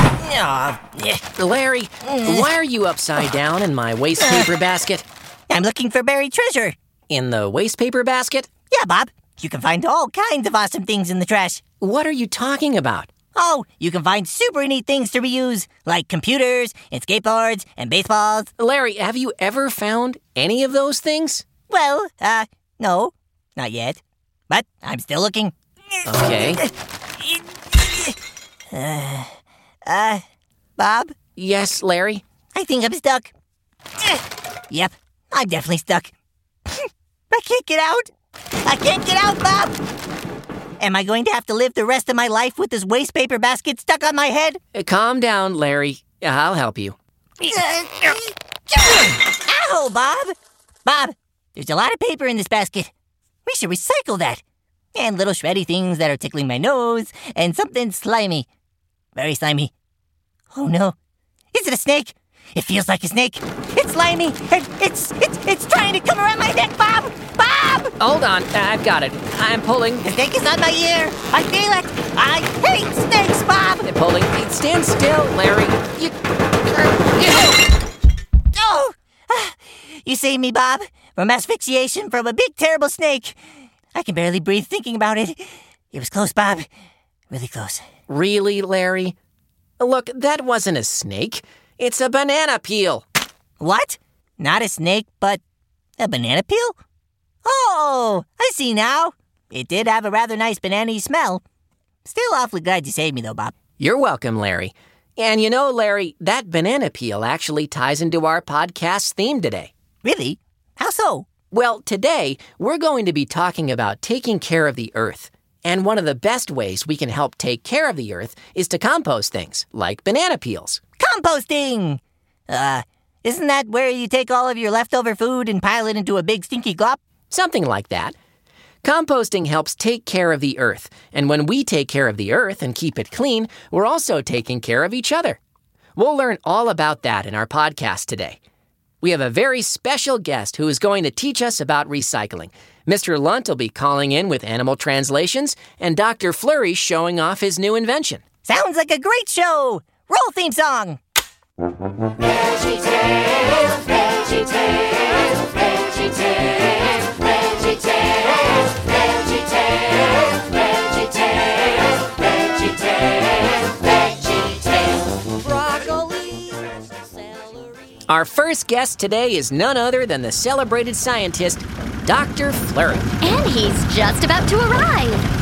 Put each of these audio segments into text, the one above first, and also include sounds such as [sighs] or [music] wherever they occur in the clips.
Aw, eh, Larry, why are you upside down in my [sighs] waste paper basket? I'm looking for buried treasure. In the waste paper basket? Yeah, Bob. You can find all kinds of awesome things in the trash. What are you talking about? Oh, you can find super neat things to reuse, like computers and skateboards and baseballs. Larry, have you ever found any of those things? Well, uh, no, not yet. But I'm still looking. Okay. Uh, Bob, Yes, Larry. I think I'm stuck. Yep, I'm definitely stuck. I can't get out. I can't get out, Bob. Am I going to have to live the rest of my life with this waste paper basket stuck on my head? Uh, Calm down, Larry. I'll help you. Ow, Bob! Bob, there's a lot of paper in this basket. We should recycle that. And little shreddy things that are tickling my nose, and something slimy. Very slimy. Oh no. Is it a snake? It feels like a snake. It's slimy, and it's, it's, it's trying to come around my neck, Bob! Bob! Hold on, I've got it. I'm pulling, The snake is on my ear. I feel it. I hate snakes, Bob! pulling. Stand still, Larry. You, Oh! You saved me, Bob, from asphyxiation from a big, terrible snake. I can barely breathe thinking about it. It was close, Bob. Really close. really, Larry? Look, that wasn't a snake. It's a banana peel. What? Not a snake, but a banana peel? Oh, I see now. It did have a rather nice banana smell. Still awfully glad you saved me, though, Bob. You're welcome, Larry. And you know, Larry, that banana peel actually ties into our podcast theme today. Really? How so? Well, today we're going to be talking about taking care of the earth. And one of the best ways we can help take care of the earth is to compost things, like banana peels. Composting! Uh, isn't that where you take all of your leftover food and pile it into a big stinky glop? something like that. Composting helps take care of the earth, and when we take care of the earth and keep it clean, we're also taking care of each other. We'll learn all about that in our podcast today. We have a very special guest who is going to teach us about recycling. Mr. Lunt will be calling in with animal translations, and Dr. Flurry showing off his new invention. Sounds like a great show! Roll theme song! Veggie Tales, Veggie Tales, Veggie Tales, Veggie Tales, Veggie Tales, Veggie Tales, Veggie Tales, Veggie Tales. Broccoli! Our first guest today is none other than the celebrated scientist, Dr. Flurry. And he's just about to arrive.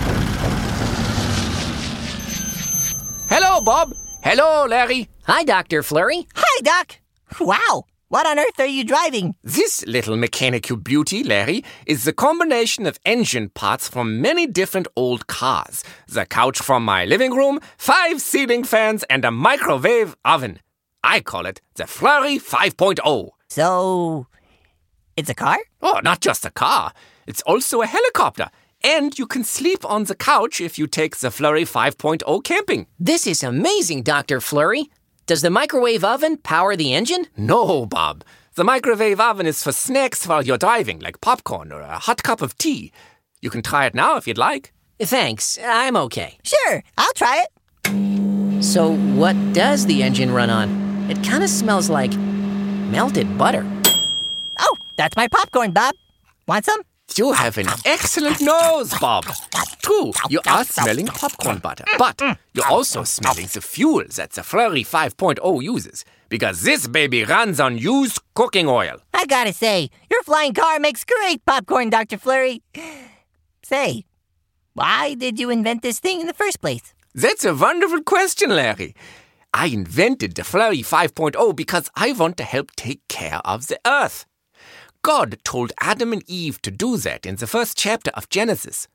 Hello, Bob. Hello, Larry. Hi, Dr. Flurry. Hi, Doc! Wow! What on earth are you driving? This little mechanical beauty, Larry, is the combination of engine parts from many different old cars. The couch from my living room, five ceiling fans, and a microwave oven. I call it the Flurry oh. 5.0. So, it's a car? Oh, not just a car, it's also a helicopter. And you can sleep on the couch if you take the Flurry 5.0 camping. This is amazing, Dr. Flurry. Does the microwave oven power the engine? No, Bob. The microwave oven is for snacks while you're driving, like popcorn or a hot cup of tea. You can try it now if you'd like. Thanks, I'm okay. Sure, I'll try it. So, what does the engine run on? It kind of smells like melted butter. Oh, that's my popcorn, Bob. Want some? You have an excellent nose, Bob. True, you are smelling popcorn butter, but you're also smelling the fuel that the Flurry 5.0 uses, because this baby runs on used cooking oil. I gotta say, your flying car makes great popcorn, Dr. Flurry. [sighs] Say, why did you invent this thing in the first place? That's a wonderful question, Larry. I invented the Flurry 5.0 because I want to help take care of the earth. God told Adam and Eve to do that in the first chapter of Genesis.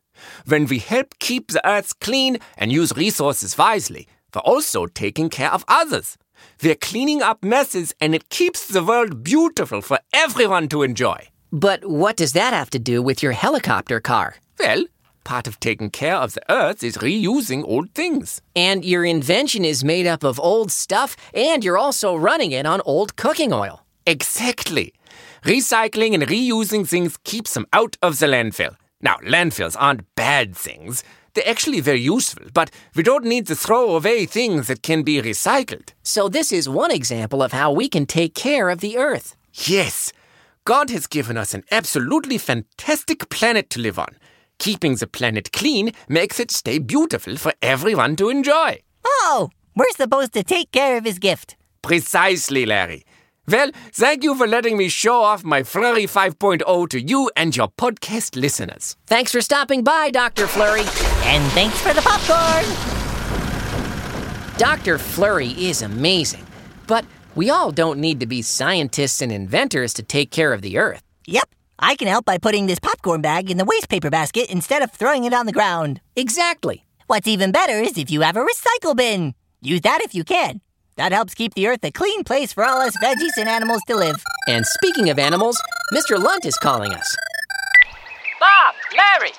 When we help keep the earth clean and use resources wisely, we're also taking care of others. We're cleaning up messes and it keeps the world beautiful for everyone to enjoy. But what does that have to do with your helicopter car? Well, part of taking care of the earth is reusing old things. And your invention is made up of old stuff, and you're also running it on old cooking oil. Exactly. Recycling and reusing things keeps them out of the landfill. Now, landfills aren't bad things. They're actually very useful, but we don't need to throw away things that can be recycled. So, this is one example of how we can take care of the Earth. Yes, God has given us an absolutely fantastic planet to live on. Keeping the planet clean makes it stay beautiful for everyone to enjoy. Oh, we're supposed to take care of his gift. Precisely, Larry. Well, thank you for letting me show off my Flurry 5.0 to you and your podcast listeners. Thanks for stopping by, Dr. Flurry. And thanks for the popcorn. Dr. Flurry is amazing, but we all don't need to be scientists and inventors to take care of the Earth. Yep, I can help by putting this popcorn bag in the waste paper basket instead of throwing it on the ground. Exactly. What's even better is if you have a recycle bin. Use that if you can. That helps keep the earth a clean place for all us veggies and animals to live. And speaking of animals, Mr. Lunt is calling us. Bob, Larry,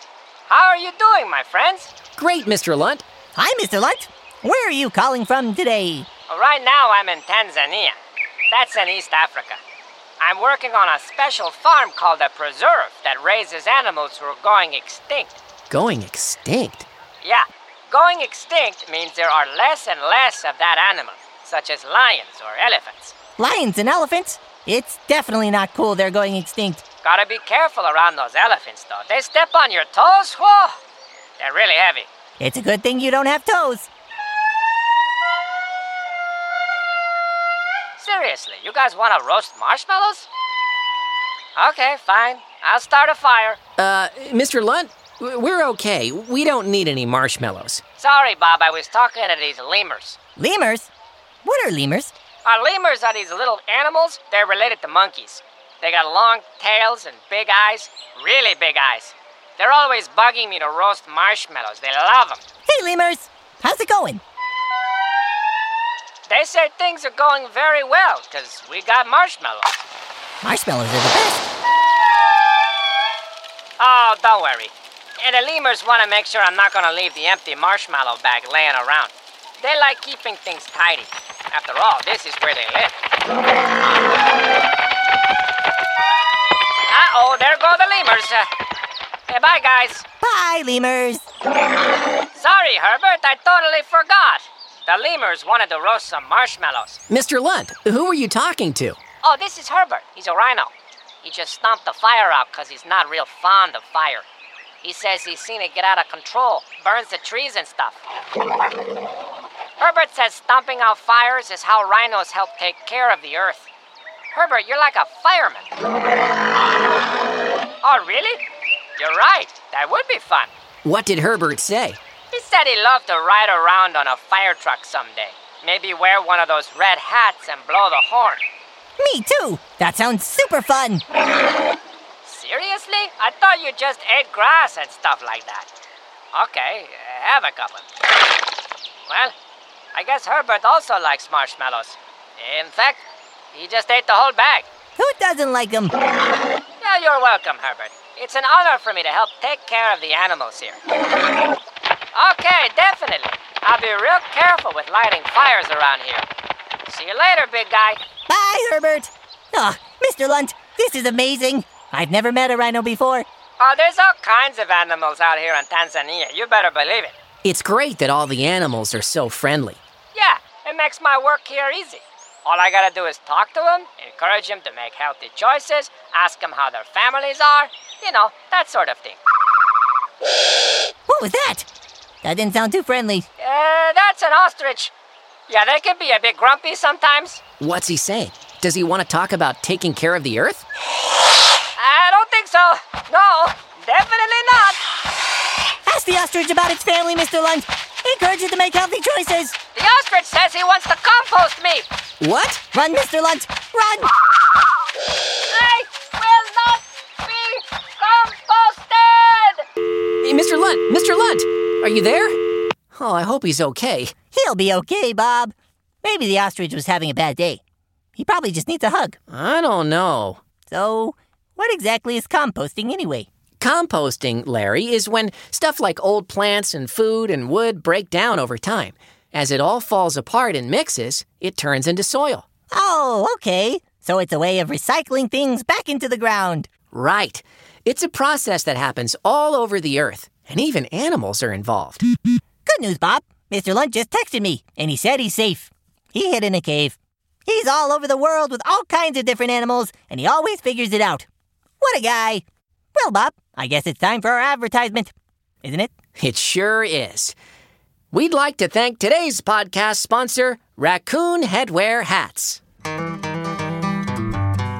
how are you doing, my friends? Great, Mr. Lunt. Hi, Mr. Lunt. Where are you calling from today? Right now, I'm in Tanzania. That's in East Africa. I'm working on a special farm called a preserve that raises animals who are going extinct. Going extinct? Yeah, going extinct means there are less and less of that animal, such as lions or elephants. Lions and elephants? It's definitely not cool they're going extinct. Gotta be careful around those elephants, though. They step on your toes, whoa! They're really heavy. It's a good thing you don't have toes. Seriously, you guys wanna roast marshmallows? Okay, fine. I'll start a fire. Uh, Mr. Lunt, w- we're okay. We don't need any marshmallows. Sorry, Bob, I was talking to these lemurs. Lemurs? What are lemurs? Our lemurs are these little animals. They're related to monkeys. They got long tails and big eyes, really big eyes. They're always bugging me to roast marshmallows. They love them. Hey, lemurs. How's it going? They say things are going very well because we got marshmallows. Marshmallows are the best. Oh, don't worry. And the lemurs want to make sure I'm not going to leave the empty marshmallow bag laying around. They like keeping things tidy. After all, this is where they live. Uh oh, there go the lemurs. Uh, hey, bye, guys. Bye, lemurs. Sorry, Herbert, I totally forgot. The lemurs wanted to roast some marshmallows. Mr. Lunt, who were you talking to? Oh, this is Herbert. He's a rhino. He just stomped the fire out because he's not real fond of fire. He says he's seen it get out of control, burns the trees and stuff. Herbert says stomping out fires is how rhinos help take care of the earth. Herbert, you're like a fireman. Oh, really? You're right. That would be fun. What did Herbert say? He said he loved to ride around on a fire truck someday. Maybe wear one of those red hats and blow the horn. Me too. That sounds super fun. Seriously? I thought you just ate grass and stuff like that. Okay, uh, have a couple. Well, I guess Herbert also likes marshmallows. In fact, he just ate the whole bag. Who doesn't like them? Yeah, you're welcome, Herbert. It's an honor for me to help take care of the animals here. Okay, definitely. I'll be real careful with lighting fires around here. See you later, big guy. Bye, Herbert. Ah, Mr. Lunt, this is amazing. I've never met a rhino before. Oh, there's all kinds of animals out here in Tanzania. You better believe it. It's great that all the animals are so friendly. Yeah, it makes my work here easy. All I gotta do is talk to them, encourage them to make healthy choices, ask them how their families are, you know, that sort of thing. What was that? That didn't sound too friendly. Uh, that's an ostrich. Yeah, they can be a bit grumpy sometimes. What's he saying? Does he want to talk about taking care of the Earth? I don't think so. No, definitely not. Ask the ostrich about its family, Mr. Lunt. Encourage it to make healthy choices. The ostrich says he wants to compost me. What? Run, Mr. Lunt. Run. I will not be composted. Hey, Mr. Lunt! Mr. Lunt! Are you there? Oh, I hope he's okay. He'll be okay, Bob. Maybe the ostrich was having a bad day. He probably just needs a hug. I don't know. So, what exactly is composting anyway? Composting, Larry, is when stuff like old plants and food and wood break down over time. As it all falls apart and mixes, it turns into soil. Oh, okay. So it's a way of recycling things back into the ground. Right. It's a process that happens all over the Earth, and even animals are involved. Good news, Bob. Mr. Lunt just texted me, and he said he's safe. He hid in a cave. He's all over the world with all kinds of different animals, and he always figures it out. What a guy! Well, Bob, I guess it's time for our advertisement, isn't it? It sure is. We'd like to thank today's podcast sponsor, Raccoon Headwear Hats.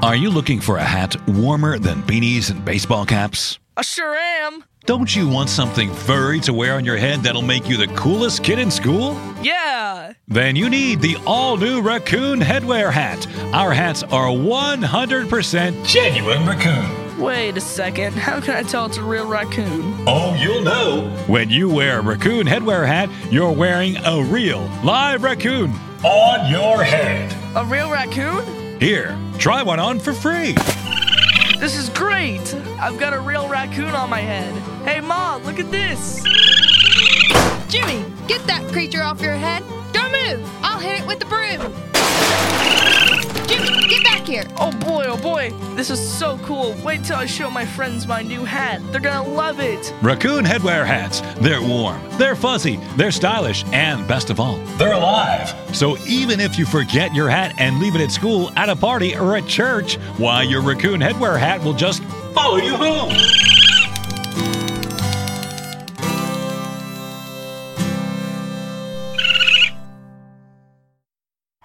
Are you looking for a hat warmer than beanies and baseball caps? I sure am. Don't you want something furry to wear on your head that'll make you the coolest kid in school? Yeah. Then you need the all new Raccoon Headwear Hat. Our hats are 100% genuine raccoon. Wait a second. How can I tell it's a real raccoon? Oh, you'll know. When you wear a raccoon headwear hat, you're wearing a real live raccoon on your head. A real raccoon? Here, try one on for free. This is great. I've got a real raccoon on my head. Hey, Mom, look at this. Jimmy, get that creature off your head. Don't move. I'll hit it with the broom. Jimmy, get back here. Oh boy, oh boy. This is so cool. Wait till I show my friends my new hat. They're gonna love it. Raccoon headwear hats. They're warm, they're fuzzy, they're stylish, and best of all, they're alive. So even if you forget your hat and leave it at school, at a party, or at church, why, your raccoon headwear hat will just follow you home.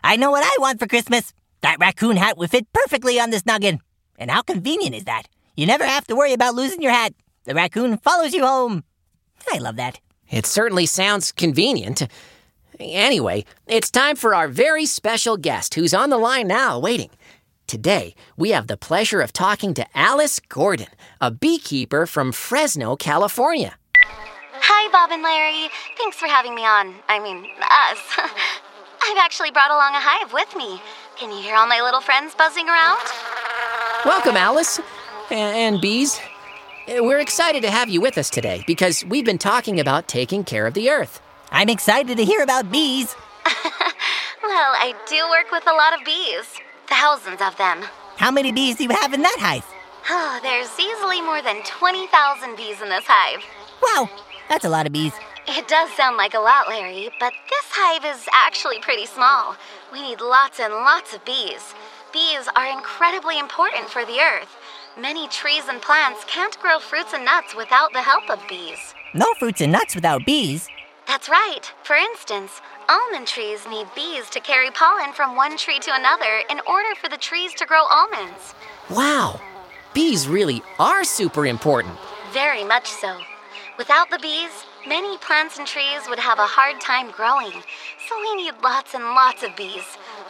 I know what I want for Christmas. That raccoon hat would fit perfectly on this noggin. And how convenient is that? You never have to worry about losing your hat. The raccoon follows you home. I love that. It certainly sounds convenient. Anyway, it's time for our very special guest who's on the line now waiting. Today, we have the pleasure of talking to Alice Gordon, a beekeeper from Fresno, California. Hi, Bob and Larry. Thanks for having me on. I mean, us. [laughs] I've actually brought along a hive with me. Can you hear all my little friends buzzing around? Welcome, Alice a- and bees. Uh, We're excited to have you with us today because we've been talking about taking care of the earth. I'm excited to hear about bees. Well, I do work with a lot of bees. Thousands of them. [sighs] How many bees do you have in that hive? Oh, there's easily more than 20,000 bees in this hive. Wow, that's a lot of bees. It does sound like a lot, Larry, but this hive is actually pretty small. We need lots and lots of bees. Bees are incredibly important for the earth. Many trees and plants can't grow fruits and nuts without the help of bees. No fruits and nuts without bees. That's right. For instance, almond trees need bees to carry pollen from one tree to another in order for the trees to grow almonds. Wow, bees really are super important. Very much so. Without the bees, many plants and trees would have a hard time growing, so we need lots and lots of bees.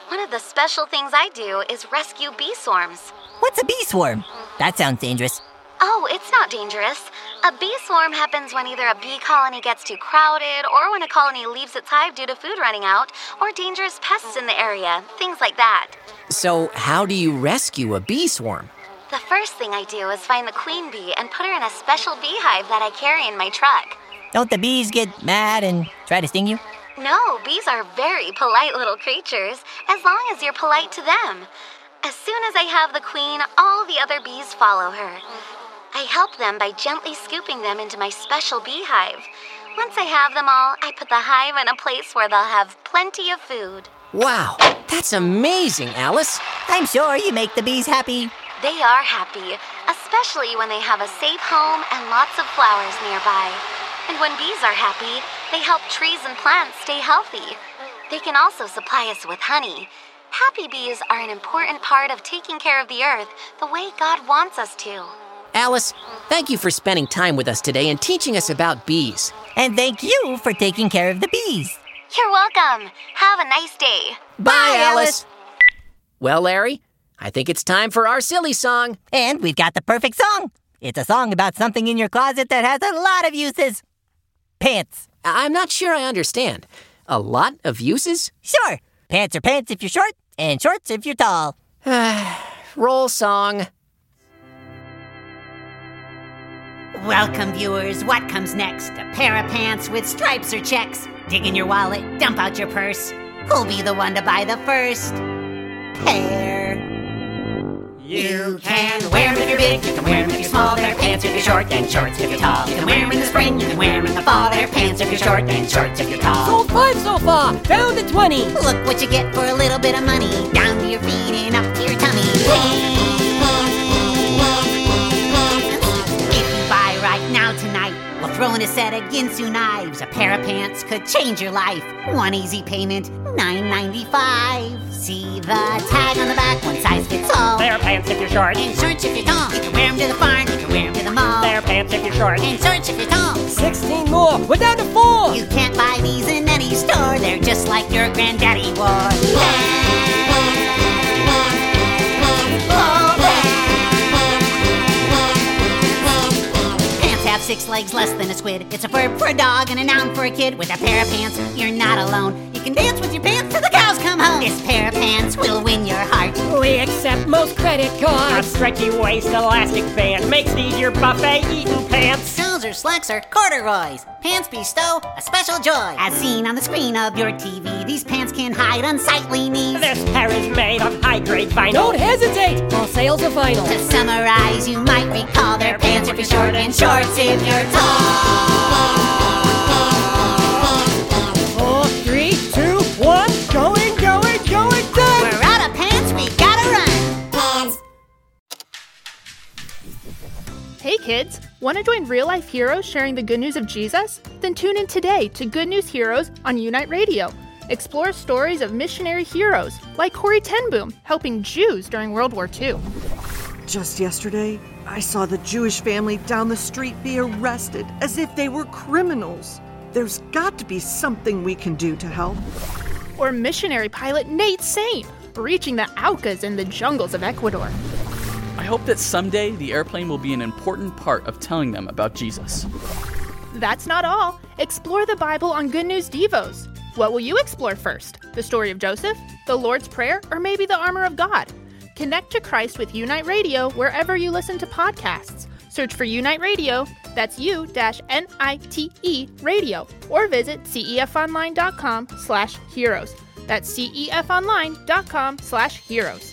One of the special things I do is rescue bee swarms. What's a bee swarm? That sounds dangerous. Oh, it's not dangerous. A bee swarm happens when either a bee colony gets too crowded, or when a colony leaves its hive due to food running out, or dangerous pests in the area, things like that. So, how do you rescue a bee swarm? The first thing I do is find the queen bee and put her in a special beehive that I carry in my truck. Don't the bees get mad and try to sting you? No, bees are very polite little creatures, as long as you're polite to them. As soon as I have the queen, all the other bees follow her. I help them by gently scooping them into my special beehive. Once I have them all, I put the hive in a place where they'll have plenty of food. Wow, that's amazing, Alice. I'm sure you make the bees happy. They are happy, especially when they have a safe home and lots of flowers nearby. And when bees are happy, they help trees and plants stay healthy. They can also supply us with honey. Happy bees are an important part of taking care of the earth the way God wants us to. Alice, thank you for spending time with us today and teaching us about bees. And thank you for taking care of the bees. You're welcome. Have a nice day. Bye, Alice. Well, Larry, I think it's time for our silly song. And we've got the perfect song. It's a song about something in your closet that has a lot of uses. Pants. I- I'm not sure I understand. A lot of uses? Sure. Pants are pants if you're short, and shorts if you're tall. [sighs] Roll song. Welcome, viewers. What comes next? A pair of pants with stripes or checks. Dig in your wallet, dump out your purse. Who'll be the one to buy the first pair? You can wear them if you're big, you can wear them if you're small, they're pants if you're short, and shorts if you're tall. You can wear them in the spring, you can wear them in the fall, they're pants if you're short, and shorts if you're tall. Oh, Five so far, down to 20. Look what you get for a little bit of money. Down to your feet and up to your tummy. If you buy right now tonight, we'll throw in a set of Ginsu knives. A pair of pants could change your life. One easy payment, nine ninety-five. See the tag on the back, one size fits all. Their pants if you're short. And shorts if you're tall. You can wear 'em to the farm, you can wear 'em to the mall. Their pants if you're short. And shorts if you're tall. 16 more, we're down to 4. You can't buy these in any store. They're just like your granddaddy wore. Pants have six legs less than a squid. It's a verb for a dog and a noun for a kid. With a pair of pants, you're not alone. You can dance with your pants till the cows come home. This pair of pants will win your heart. We accept most credit A cards. stretchy waist elastic band makes these your buffet eating pants. Trousers, slacks, or corduroys. Pants bestow a special joy. As seen on the screen of your TV, these pants can hide unsightly knees. This pair is made of high grade vinyl. Don't hesitate, all sales are final. To summarize, you might recall their pants if you're short and shorts if you're tall. Four, three, two, one. Going, going, going, done. We're out of pants, we gotta run. Pants. Hey kids, want to join real life heroes sharing the good news of Jesus? Then tune in today to Good News Heroes on Unite Radio. Explore stories of missionary heroes like Corey Tenboom helping Jews during World War II. Just yesterday, I saw the Jewish family down the street be arrested as if they were criminals. There's got to be something we can do to help. Or missionary pilot Nate Saint reaching the Aucas in the jungles of Ecuador. I hope that someday the airplane will be an important part of telling them about Jesus. That's not all. Explore the Bible on Good News Devos. What will you explore first? The story of Joseph, the Lord's Prayer, or maybe the armor of God? Connect to Christ with Unite Radio wherever you listen to podcasts. Search for Unite Radio, that's U N I T E radio, or visit E cefonline.com slash heroes. That's E cefonline.com slash heroes.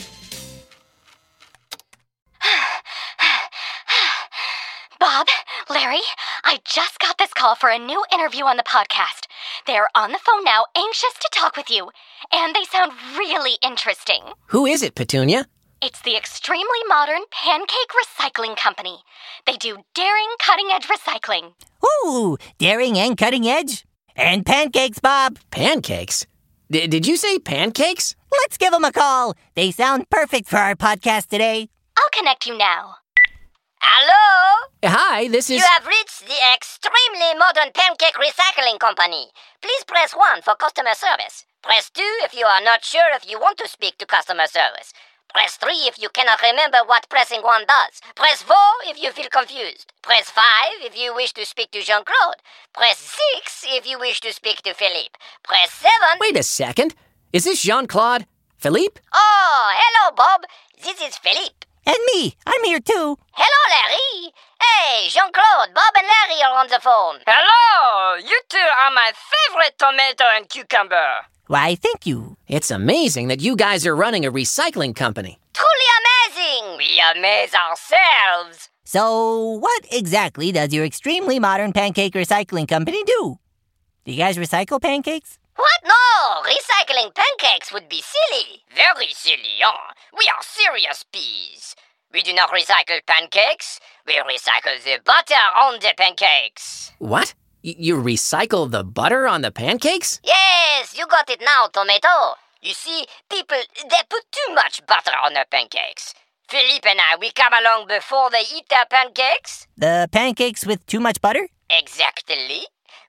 Bob, Larry, I just got this call for a new interview on the podcast. They are on the phone now, anxious to talk with you. And they sound really interesting. Who is it, Petunia? It's the extremely modern pancake recycling company. They do daring, cutting edge recycling. Ooh, daring and cutting edge. And pancakes, Bob. Pancakes? D- did you say pancakes? Let's give them a call. They sound perfect for our podcast today. I'll connect you now. Hello? Uh, Hi, this is. You have reached the extremely modern pancake recycling company. Please press 1 for customer service. Press 2 if you are not sure if you want to speak to customer service. Press 3 if you cannot remember what pressing 1 does. Press 4 if you feel confused. Press 5 if you wish to speak to Jean Claude. Press 6 if you wish to speak to Philippe. Press 7. Wait a second. Is this Jean Claude? Philippe? Oh, hello, Bob. This is Philippe. And me, I'm here too. Hello, Larry. Hey, Jean Claude, Bob and Larry are on the phone. Hello! You two are my favorite tomato and cucumber. Why, thank you. It's amazing that you guys are running a recycling company. Truly amazing! We amaze ourselves! So, what exactly does your extremely modern pancake recycling company do? Do you guys recycle pancakes? What? No! Recycling pancakes would be silly. Very silly, huh? We are serious peas. We do not recycle pancakes, we recycle the butter on the pancakes. What? Y- you recycle the butter on the pancakes? Yes, you got it now, Tomato. You see, people, they put too much butter on the pancakes. Philippe and I, we come along before they eat their pancakes. The pancakes with too much butter? Exactly.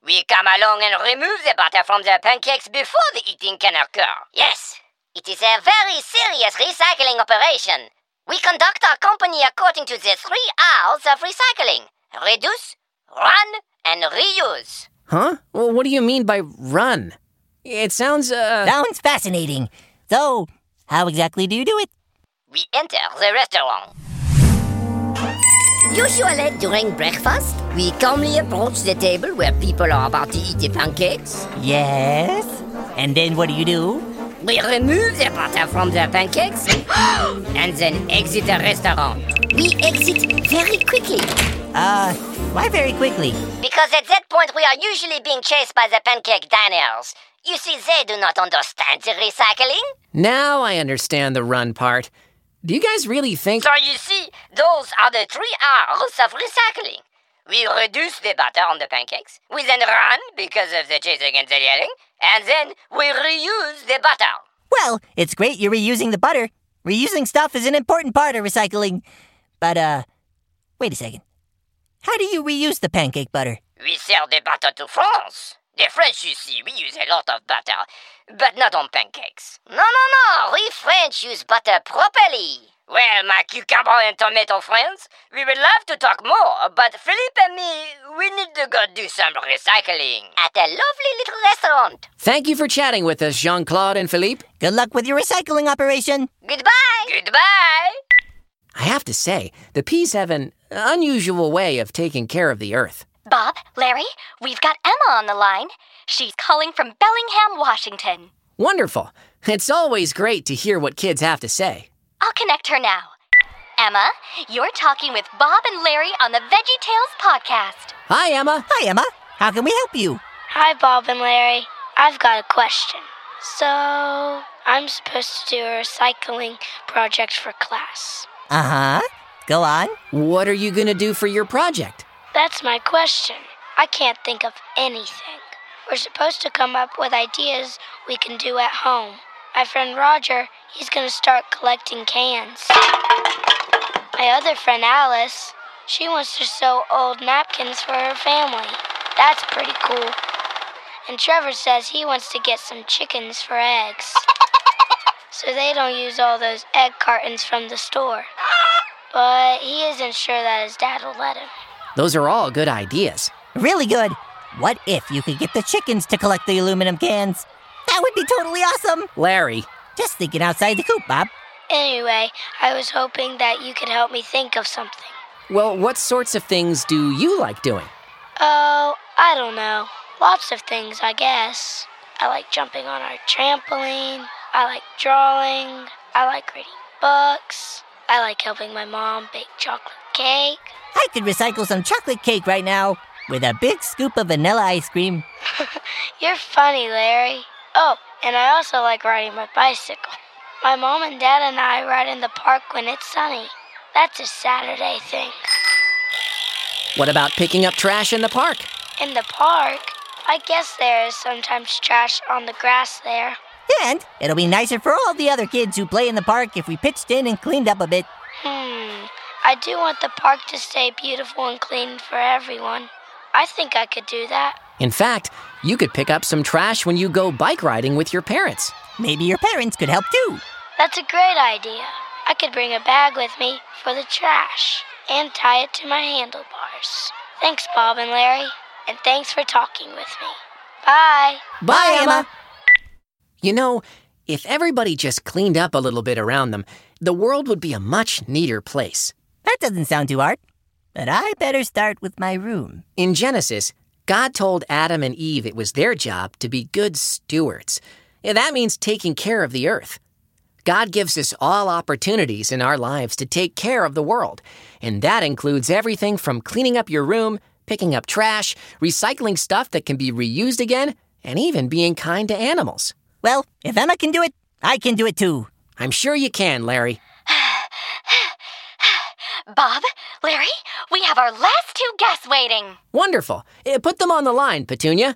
We come along and remove the butter from the pancakes before the eating can occur. Yes, it is a very serious recycling operation. We conduct our company according to the three R's of recycling reduce, run, and reuse. Huh? Well, what do you mean by run? It sounds, uh. Sounds fascinating. So, how exactly do you do it? We enter the restaurant. Usually during breakfast, we calmly approach the table where people are about to eat the pancakes. Yes. And then what do you do? We remove the butter from the pancakes [gasps] and then exit the restaurant. We exit very quickly. Uh, why very quickly? Because at that point we are usually being chased by the pancake diners. You see, they do not understand the recycling. Now I understand the run part. Do you guys really think? So you see, those are the three R's of recycling. We reduce the butter on the pancakes, we then run because of the chasing and the yelling, and then we reuse the butter. Well, it's great you're reusing the butter. Reusing stuff is an important part of recycling. But, uh, wait a second. How do you reuse the pancake butter? We sell the butter to France. The French, you see, we use a lot of butter, but not on pancakes. No, no, no, we French use butter properly. Well, my cucumber and tomato friends, we would love to talk more, but Philippe and me, we need to go do some recycling at a lovely little restaurant. Thank you for chatting with us, Jean Claude and Philippe. Good luck with your recycling operation. Goodbye. Goodbye. I have to say, the peas have an unusual way of taking care of the earth. Bob, Larry, we've got Emma on the line. She's calling from Bellingham, Washington. Wonderful. It's always great to hear what kids have to say. I'll connect her now. Emma, you're talking with Bob and Larry on the Veggie Tales podcast. Hi, Emma. Hi, Emma. How can we help you? Hi, Bob and Larry. I've got a question. So, I'm supposed to do a recycling project for class. Uh huh. Go on. What are you going to do for your project? That's my question. I can't think of anything. We're supposed to come up with ideas we can do at home. My friend Roger, he's going to start collecting cans. My other friend Alice, she wants to sew old napkins for her family. That's pretty cool. And Trevor says he wants to get some chickens for eggs. so they don't use all those egg cartons from the store. But he isn't sure that his dad will let him. Those are all good ideas. Really good. What if you could get the chickens to collect the aluminum cans? That would be totally awesome. Larry. Just thinking outside the coop, Bob. Anyway, I was hoping that you could help me think of something. Well, what sorts of things do you like doing? Oh, I don't know. Lots of things, I guess. I like jumping on our trampoline. I like drawing. I like reading books. I like helping my mom bake chocolate cake. I could recycle some chocolate cake right now with a big scoop of vanilla ice cream. You're funny, Larry. Oh, and I also like riding my bicycle. My mom and dad and I ride in the park when it's sunny. That's a Saturday thing. What about picking up trash in the park? In the park? I guess there is sometimes trash on the grass there. And it'll be nicer for all the other kids who play in the park if we pitched in and cleaned up a bit. Hmm. I do want the park to stay beautiful and clean for everyone. I think I could do that. In fact, you could pick up some trash when you go bike riding with your parents. Maybe your parents could help too. That's a great idea. I could bring a bag with me for the trash and tie it to my handlebars. Thanks, Bob and Larry, and thanks for talking with me. Bye. Bye, Bye Emma. Emma. You know, if everybody just cleaned up a little bit around them, the world would be a much neater place. That doesn't sound too hard. But I better start with my room. In Genesis, God told Adam and Eve it was their job to be good stewards. Yeah, that means taking care of the earth. God gives us all opportunities in our lives to take care of the world, and that includes everything from cleaning up your room, picking up trash, recycling stuff that can be reused again, and even being kind to animals. Well, if Emma can do it, I can do it too. I'm sure you can, Larry. Bob, Larry, we have our last two guests waiting. Wonderful. Eh, Put them on the line, Petunia.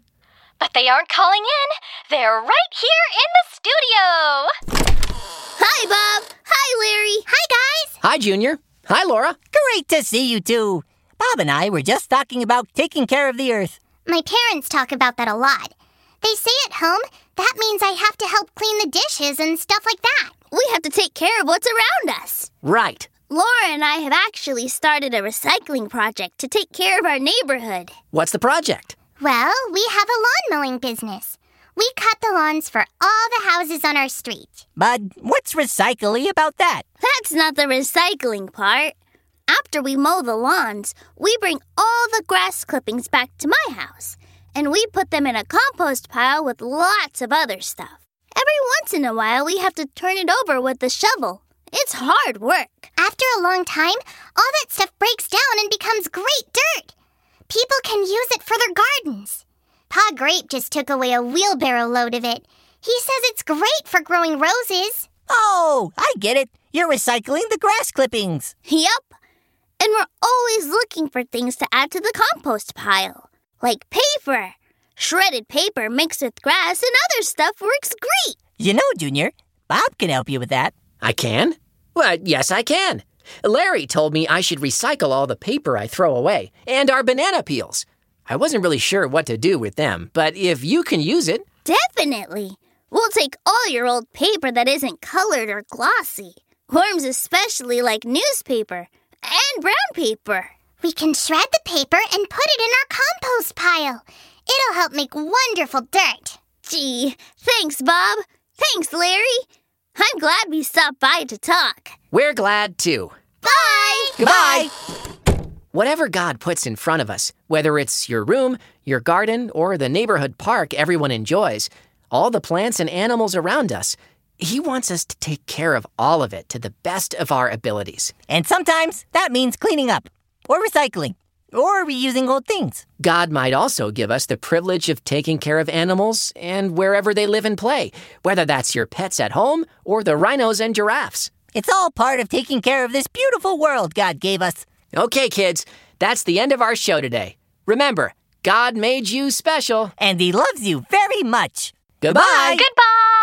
But they aren't calling in. They're right here in the studio. Hi, Bob. Hi, Larry. Hi, guys. Hi, Junior. Hi, Laura. Great to see you two. Bob and I were just talking about taking care of the earth. My parents talk about that a lot. They say at home, that means I have to help clean the dishes and stuff like that. We have to take care of what's around us. Right. Laura and I have actually started a recycling project to take care of our neighborhood. What's the project? Well, we have a lawn mowing business. We cut the lawns for all the houses on our street. But what's recycling about that? That's not the recycling part. After we mow the lawns, we bring all the grass clippings back to my house, and we put them in a compost pile with lots of other stuff. Every once in a while, we have to turn it over with the shovel. It's hard work. After a long time, all that stuff breaks down and becomes great dirt. People can use it for their gardens. Pa Grape just took away a wheelbarrow load of it. He says it's great for growing roses. Oh, I get it. You're recycling the grass clippings. Yep. And we're always looking for things to add to the compost pile, like paper. Shredded paper mixed with grass and other stuff works great. You know, Junior, Bob can help you with that. I can? Well, yes, I can. Larry told me I should recycle all the paper I throw away and our banana peels. I wasn't really sure what to do with them, but if you can use it, Definitely. We'll take all your old paper that isn't colored or glossy. Worms especially like newspaper and brown paper. We can shred the paper and put it in our compost pile. It'll help make wonderful dirt. Gee, thanks, Bob. Thanks, Larry. I'm glad we stopped by to talk. we're glad too. Bye! Goodbye. Whatever God puts in front of us, whether it's your room, your garden, or the neighborhood park everyone enjoys, all the plants and animals around us, He wants us to take care of all of it to the best of our abilities. And sometimes that means cleaning up, or recycling, or reusing old things. God might also give us the privilege of taking care of animals and wherever they live and play, whether that's your pets at home or the rhinos and giraffes. It's all part of taking care of this beautiful world God gave us. Okay, kids, that's the end of our show today. Remember, God made you special. And He loves you very much. Goodbye. Goodbye.